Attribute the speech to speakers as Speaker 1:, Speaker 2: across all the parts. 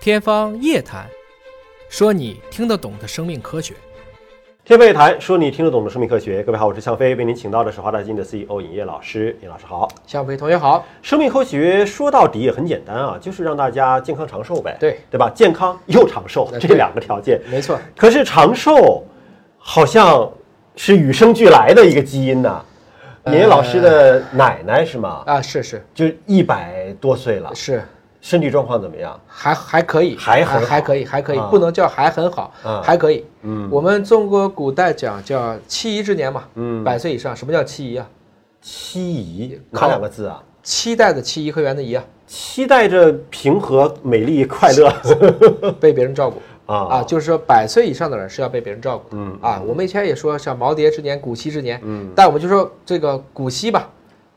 Speaker 1: 天方夜谭，说你听得懂的生命科学。
Speaker 2: 天贝谈说你听得懂的生命科学，各位好，我是向飞，为您请到的是华大基因的 CEO 尹烨老师，尹老师好。
Speaker 1: 向飞同学好，
Speaker 2: 生命科学说到底也很简单啊，就是让大家健康长寿呗，
Speaker 1: 对
Speaker 2: 对吧？健康又长寿
Speaker 1: 那对
Speaker 2: 这两个条件，
Speaker 1: 没错，
Speaker 2: 可是长寿好像是与生俱来的一个基因呐、
Speaker 1: 呃
Speaker 2: 尹烨老师的奶奶是吗？
Speaker 1: 啊，是是
Speaker 2: 就一百多岁了，
Speaker 1: 是，
Speaker 2: 身体状况怎么样？
Speaker 1: 还还可以，
Speaker 2: 还很
Speaker 1: 啊
Speaker 2: 好
Speaker 1: 还可以，还可以
Speaker 2: 啊，
Speaker 1: 不能叫还很好，
Speaker 2: 啊
Speaker 1: 还可以。
Speaker 2: 嗯
Speaker 1: 我们中国古代讲叫七姨之年嘛，
Speaker 2: 嗯，
Speaker 1: 百岁以上。什么叫七姨啊？
Speaker 2: 七姨
Speaker 1: 靠
Speaker 2: 哪两个字啊？
Speaker 1: 期待的期，颐和园的颐啊，
Speaker 2: 期待着平和、美丽、快乐
Speaker 1: 被别人照顾。啊，
Speaker 2: 啊
Speaker 1: 就是说百岁以上的人是要被别人照顾的。
Speaker 2: 嗯
Speaker 1: 啊，我们以前也说像耄耋之年、古稀之年，
Speaker 2: 嗯，
Speaker 1: 但我们就说这个古稀吧，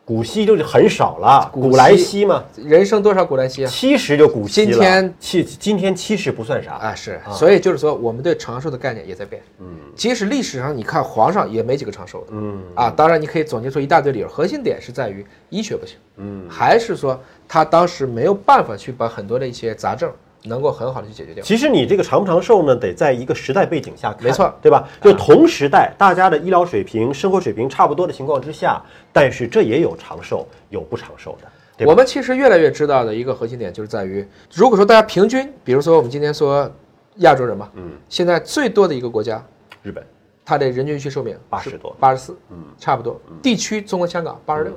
Speaker 2: 古稀就是很少了，
Speaker 1: 古稀
Speaker 2: 古来稀嘛，
Speaker 1: 人生多少古来稀啊？
Speaker 2: 七十就古稀了。
Speaker 1: 今天
Speaker 2: 七今天七十不算啥，
Speaker 1: 啊，是，所以就是说我们对长寿的概念也在变。
Speaker 2: 嗯，
Speaker 1: 即使历史上你看皇上也没几个长寿的。
Speaker 2: 嗯
Speaker 1: 啊，当然你可以总结出一大堆理由，核心点是在于医学不行，
Speaker 2: 嗯，
Speaker 1: 还是说他当时没有办法去把很多的一些杂症能够很好的去解决掉。
Speaker 2: 其实你这个长不长寿呢，得在一个时代背景下看，
Speaker 1: 没错，啊
Speaker 2: 对吧？就同时代大家的医疗水平、生活水平差不多的情况之下，但是这也有长寿，有不长寿的，对吧？
Speaker 1: 我们其实越来越知道的一个核心点就是在于，如果说大家平均，比如说我们今天说亚洲人嘛，
Speaker 2: 嗯，
Speaker 1: 现在最多的一个国家，
Speaker 2: 日本
Speaker 1: 它的人均预期寿命
Speaker 2: 八十多，
Speaker 1: 八十四，
Speaker 2: 嗯，
Speaker 1: 差不多。地区中国香港八十六，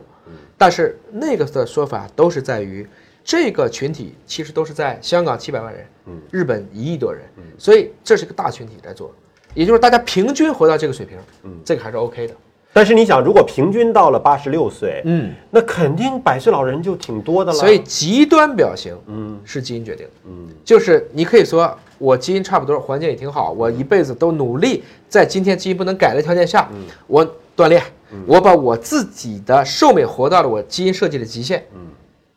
Speaker 1: 但是那个的说法都是在于这个群体其实都是在香港七百万人，
Speaker 2: 嗯，
Speaker 1: 日本一亿多人，所以这是个大群体在做，也就是大家平均活到这个水平，
Speaker 2: 嗯，
Speaker 1: 这个还是 OK 的，
Speaker 2: 但是你想，如果平均到了八十六岁，
Speaker 1: 嗯，
Speaker 2: 那肯定百岁老人就挺多的了。
Speaker 1: 所以，极端表型
Speaker 2: 嗯
Speaker 1: 是基因决定的。
Speaker 2: 嗯
Speaker 1: 就是你可以说我基因差不多，环境也挺好，我
Speaker 2: 嗯
Speaker 1: 一辈子都努力在今天基因不能改的条件下，
Speaker 2: 嗯
Speaker 1: 我锻炼，我把我自己的寿命活到了我基因设计的极限，
Speaker 2: 嗯，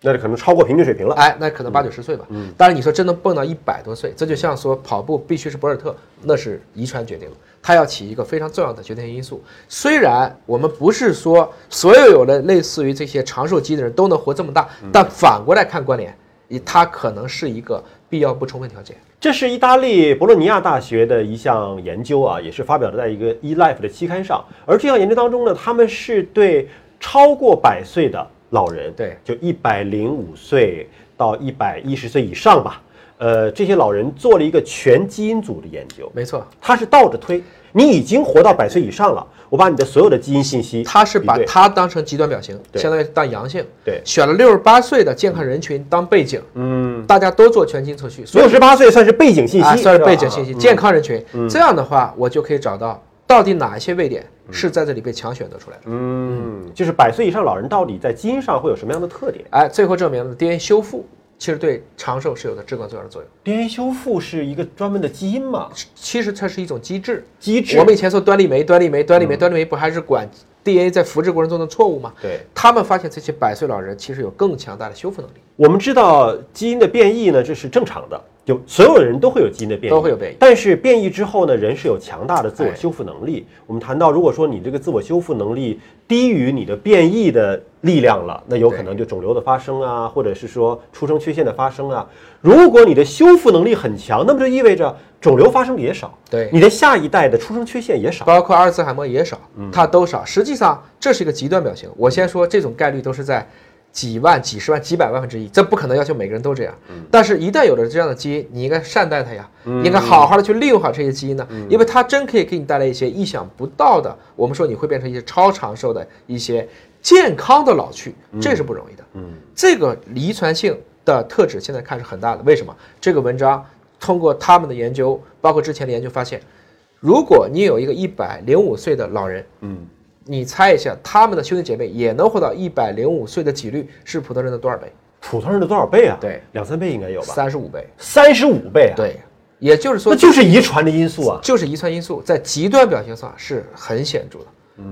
Speaker 2: 那就可能超过平均水平了。
Speaker 1: 哎，那可能
Speaker 2: 嗯
Speaker 1: 八九十岁吧。当然你说真能蹦到一百多岁，这就像说跑步必须是博尔特，那是遗传决定的，它要起一个非常重要的决定性因素。虽然我们不是说所有有的类似于这些长寿基因的人都能活这么大，
Speaker 2: 嗯
Speaker 1: 但反过来看关联，它可能是一个必要不充分条件。
Speaker 2: 这是意大利博洛尼亚大学的一项研究啊，也是发表在一个 eLife 的期刊上。而这项研究当中呢，他们是对超过百岁的老人，
Speaker 1: 对，
Speaker 2: 就一百零五岁到一百一十岁以上吧，呃，这些老人做了一个全基因组的研究，
Speaker 1: 没错，
Speaker 2: 它是倒着推，你已经活到百岁以上了，我把你的所有的基因信息比对，
Speaker 1: 他是把它当成极端表型，
Speaker 2: 对
Speaker 1: 相当于当阳性，
Speaker 2: 对，
Speaker 1: 选了六十八岁的健康人群当背景，
Speaker 2: 嗯，
Speaker 1: 大家都做全基因测序，所以
Speaker 2: 六十八岁算是背景信息，
Speaker 1: 啊算是
Speaker 2: 吧
Speaker 1: 背景信息，
Speaker 2: 啊
Speaker 1: 健康人群。这样的话，我就可以找到到底哪一些位点是在这里被强选择出来的。
Speaker 2: 嗯，就是百岁以上老人到底在基因上会有什么样的特点？
Speaker 1: 哎，最后证明了 DNA 修复其实对长寿是有着至关重要的作用。
Speaker 2: DNA 修复是一个专门的基因嘛
Speaker 1: 其实它是一种机制，
Speaker 2: 机制嗯
Speaker 1: 我，们以前说端粒酶，端粒酶，端粒酶，端粒酶不还是管 DNA 在复制过程中的错误吗？
Speaker 2: 对，
Speaker 1: 他们发现这些百岁老人其实有更强大的修复能力。
Speaker 2: 我们知道基因的变异呢，这是正常的，就所有人都会有基因的变异，
Speaker 1: 都会有变异
Speaker 2: 但是变异之后呢，人是有强大的自我修复能力。
Speaker 1: 哎
Speaker 2: 我们谈到，如果说你这个自我修复能力低于你的变异的力量了，那有可能就肿瘤的发生啊，或者是说出生缺陷的发生啊。如果你的修复能力很强，那么就意味着肿瘤发生的也少，
Speaker 1: 对
Speaker 2: 你的下一代的出生缺陷也少。嗯
Speaker 1: 包括阿尔兹海默也少，它都少。实际上这是一个极端表型。我先说这种概率都是在几万、几十万、几百万分之一，这不可能要求每个人都这样。
Speaker 2: 嗯
Speaker 1: 但是，一旦有了这样的基因，你应该善待它呀，应该好好的去利用好这些基因呢，
Speaker 2: 嗯
Speaker 1: 因为它真可以给你带来一些意想不到的。我们说你会变成一些超长寿的一些健康的老去，这是不容易的。
Speaker 2: 嗯，
Speaker 1: 这个遗传性的特质现在看是很大的。为什么？这个文章通过他们的研究，包括之前的研究发现，如果你有一个一百零五岁的老人，
Speaker 2: 嗯，
Speaker 1: 你猜一下他们的兄弟姐妹也能活到一百零五岁的几率是普通人的多少倍？
Speaker 2: 普通人的多少倍啊？
Speaker 1: 对，
Speaker 2: 两三倍应该有吧？
Speaker 1: 三十五倍。
Speaker 2: 三十五倍啊！，
Speaker 1: 对，也就是说
Speaker 2: 那就是遗传的因素啊。
Speaker 1: 就是遗传因素在极端表现上是很显著的。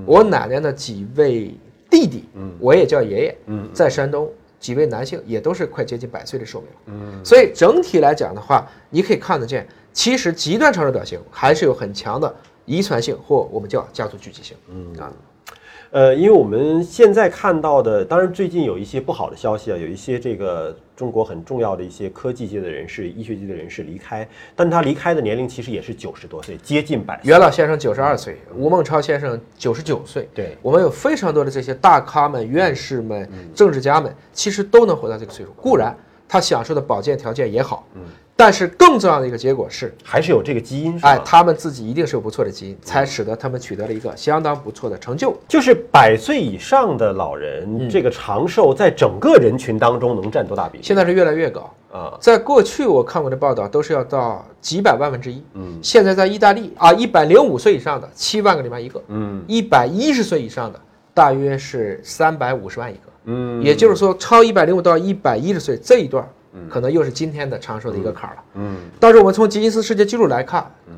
Speaker 1: 我奶奶的几位弟弟，我也叫爷爷，在山东几位男性也都是快接近百岁的寿命了。所以整体来讲的话，你可以看得见，其实极端长寿表型还是有很强的遗传性或我们叫家族聚集性。嗯啊，
Speaker 2: 呃，因为我们现在看到的，当然最近有一些不好的消息啊，有一些这个中国很重要的一些科技界的人士、医学界的人士离开，但他离开的年龄其实也是九十多岁，接近百岁。
Speaker 1: 袁老先生九十二岁，吴孟超先生九十九岁，
Speaker 2: 对，嗯
Speaker 1: 我们有非常多的这些大咖们、院士们、政治家们，其实都能活到这个岁数。固然他享受的保健条件也好，
Speaker 2: 嗯
Speaker 1: 但是更重要的一个结果是，
Speaker 2: 还是有这个基因，是吧嗯
Speaker 1: 哎，他们自己一定是有不错的基因，才使得他们取得了一个相当不错的成就。
Speaker 2: 就是百岁以上的老人，这个长寿在整个人群当中能占多大比例
Speaker 1: 现在是越来越高。
Speaker 2: 啊？
Speaker 1: 在过去我看过的报道都是要到几百万分之一，嗯，现在在意大利啊，一百零五岁以上的七万个里面一个，
Speaker 2: 嗯，
Speaker 1: 一百一十岁以上的大约是三百五十万一个，
Speaker 2: 嗯，
Speaker 1: 也就是说超一百零五到一百一十岁这一段，可能又是今天的长寿的一个坎儿了。
Speaker 2: 嗯
Speaker 1: 但是我们从吉尼斯世界纪录来看，嗯，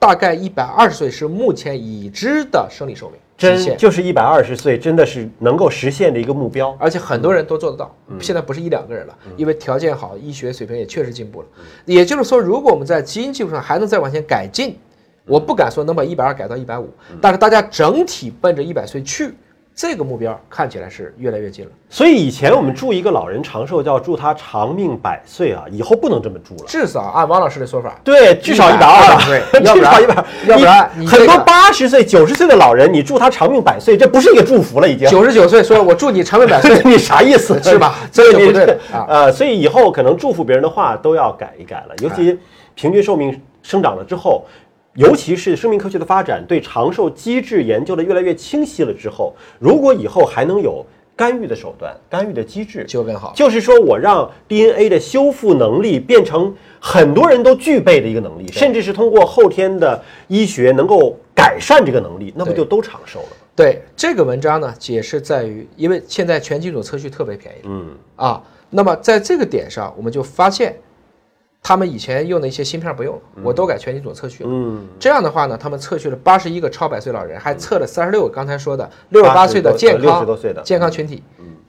Speaker 1: 大概一百二十岁是目前已知的生理寿命极
Speaker 2: 真
Speaker 1: 限，
Speaker 2: 就是一百二十岁，真的是能够实现的一个目标。
Speaker 1: 而且很多人都做得到。现在不是一两个人了，因为条件好，医学水平也确实进步了。也就是说，如果我们在基因技术上还能再往前改进，我不敢说能把一百二改到一百五，但是大家整体奔着一百岁去，这个目标看起来是越来越近了。
Speaker 2: 所以以前我们祝一个老人长寿，叫祝他长命百岁啊，以后不能这么祝了。
Speaker 1: 至少按王老师的说法，
Speaker 2: 对，至少一百
Speaker 1: 120
Speaker 2: 二
Speaker 1: 岁 要不
Speaker 2: 至
Speaker 1: 然
Speaker 2: 少 一百，
Speaker 1: 要不然
Speaker 2: 你
Speaker 1: 你
Speaker 2: 很
Speaker 1: 这
Speaker 2: 多
Speaker 1: 个
Speaker 2: 八十岁、九十岁的老人，你祝他长命百岁，这不是一个祝福了，已 经。
Speaker 1: 九十九岁说我祝你长命百岁，
Speaker 2: 你啥意 思
Speaker 1: 是吧
Speaker 2: 所以
Speaker 1: 这就
Speaker 2: 你
Speaker 1: 不对了啊 哎
Speaker 2: 呃，所以以后可能祝福别人的话都要改一改了，尤其平均寿命生长了之后。尤其是生命科学的发展，对长寿机制研究的越来越清晰了之后，如果以后还能有干预的手段、干预的机制，
Speaker 1: 就更好。
Speaker 2: 啊就是说我让 DNA 的修复能力变成很多人都具备的一个能力，甚至是通过后天的医学能够改善这个能力，那不
Speaker 1: 对
Speaker 2: 就都长寿了吗？
Speaker 1: 对这个文章呢，解释在于，因为现在全基因组测序特别便宜了
Speaker 2: 嗯
Speaker 1: 啊，那么在这个点上，我们就发现，他们以前用的一些芯片不用了，我都改全基因组测序了。
Speaker 2: 嗯，
Speaker 1: 这样的话呢，他们测序了八十一个超百岁老人，还测了三十六个刚才说的六十八岁的健
Speaker 2: 呃六十
Speaker 1: 康
Speaker 2: 多岁的嗯
Speaker 1: 健康群体，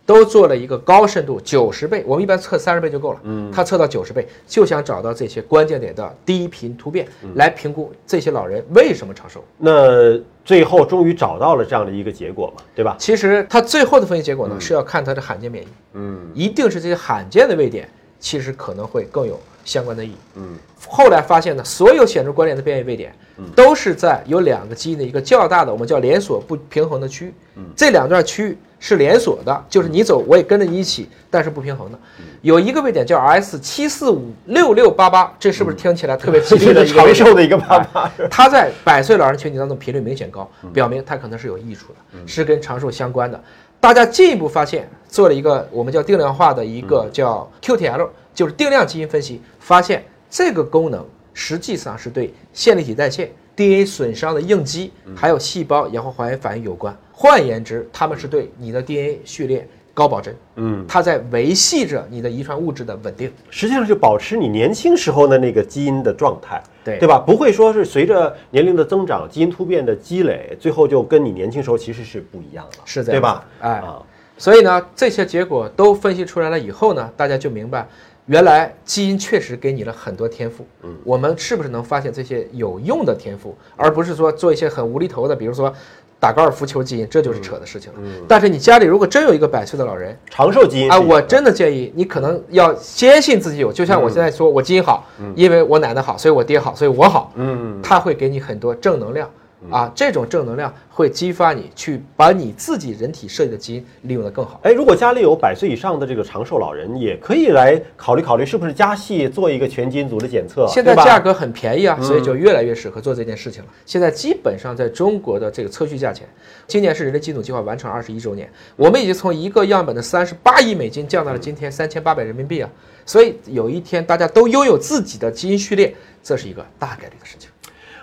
Speaker 1: 都做了一个高深度九十倍，我们一般测三十倍就够了，
Speaker 2: 嗯
Speaker 1: 他测到九十倍，就想找到这些关键点的低频突变，
Speaker 2: 嗯
Speaker 1: 来评估这些老人为什么长寿。
Speaker 2: 那最后终于找到了这样的一个结果嘛，对吧？
Speaker 1: 其实它最后的分析结果呢，是要看它的罕见免疫，
Speaker 2: 嗯
Speaker 1: 一定是这些罕见的位点，其实可能会更有相关的意义。
Speaker 2: 嗯
Speaker 1: 后来发现呢，所有显著关联的变异位点，都是在有两个基因的一个较大的，我们叫连锁不平衡的区域。这两段区域是连锁的，就是你走我也跟着你一起，但是不平衡的。有一个位点叫 S 七四五六六八八，这是不是听起来特别吉利的一个位
Speaker 2: 长
Speaker 1: 点
Speaker 2: 寿的一个办 法。
Speaker 1: 它在百岁老人群体当中频率明显高，表明它可能是有益处的，是跟长寿相关的。大家进一步发现，做了一个我们叫定量化的一个叫 QTL，就是定量基因分析，发现这个功能实际上是对线粒体代谢、DNA 损伤的应激，还有细胞氧化还原反应有关。换言之，它们是对你的 DNA 序列高保真，
Speaker 2: 嗯，
Speaker 1: 它在维系着你的遗传物质的稳定。
Speaker 2: 实际上就保持你年轻时候的那个基因的状态，
Speaker 1: 对
Speaker 2: 对吧？不会说是随着年龄的增长，基因突变的积累，最后就跟你年轻时候其实是不一样了，
Speaker 1: 是这
Speaker 2: 对
Speaker 1: 样
Speaker 2: 吧？
Speaker 1: 子哎
Speaker 2: 啊，
Speaker 1: 所以呢，这些结果都分析出来了以后呢，大家就明白，原来基因确实给你了很多天赋。嗯，我们是不是能发现这些有用的天赋，而不是说做一些很无厘头的，比如说打高尔夫球基因，这就是扯的事情了。但是你家里如果真有一个百岁的老人，
Speaker 2: 长寿基因
Speaker 1: 哎，
Speaker 2: 是一个
Speaker 1: 我真的建议你可能要坚信自己有，就像我现在说，我基因好，因为我奶奶好，所以我爹好，所以我好。
Speaker 2: 嗯，
Speaker 1: 它会给你很多正能量啊，这种正能量会激发你去把你自己人体设计的基因利用得更好。
Speaker 2: 哎，如果家里有百岁以上的这个长寿老人，也可以来考虑考虑，是不是加戏做一个全基因组的检测，
Speaker 1: 现在
Speaker 2: 对吧嗯
Speaker 1: 价格很便宜啊，所以就越来越适合做这件事情了。现在基本上在中国的这个测序价钱，今年是人类基因组计划完成二十一周年，我们已经从一个样本的三十八亿美金降到了今天三千八百人民币啊。所以有一天大家都拥有自己的基因序列，这是一个大概率的事情。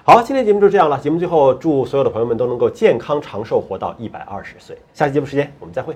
Speaker 2: 好，今天节目就这样了。节目最后，祝所有的朋友们都能够健康长寿，活到一百二十岁。下期节目时间我们再会。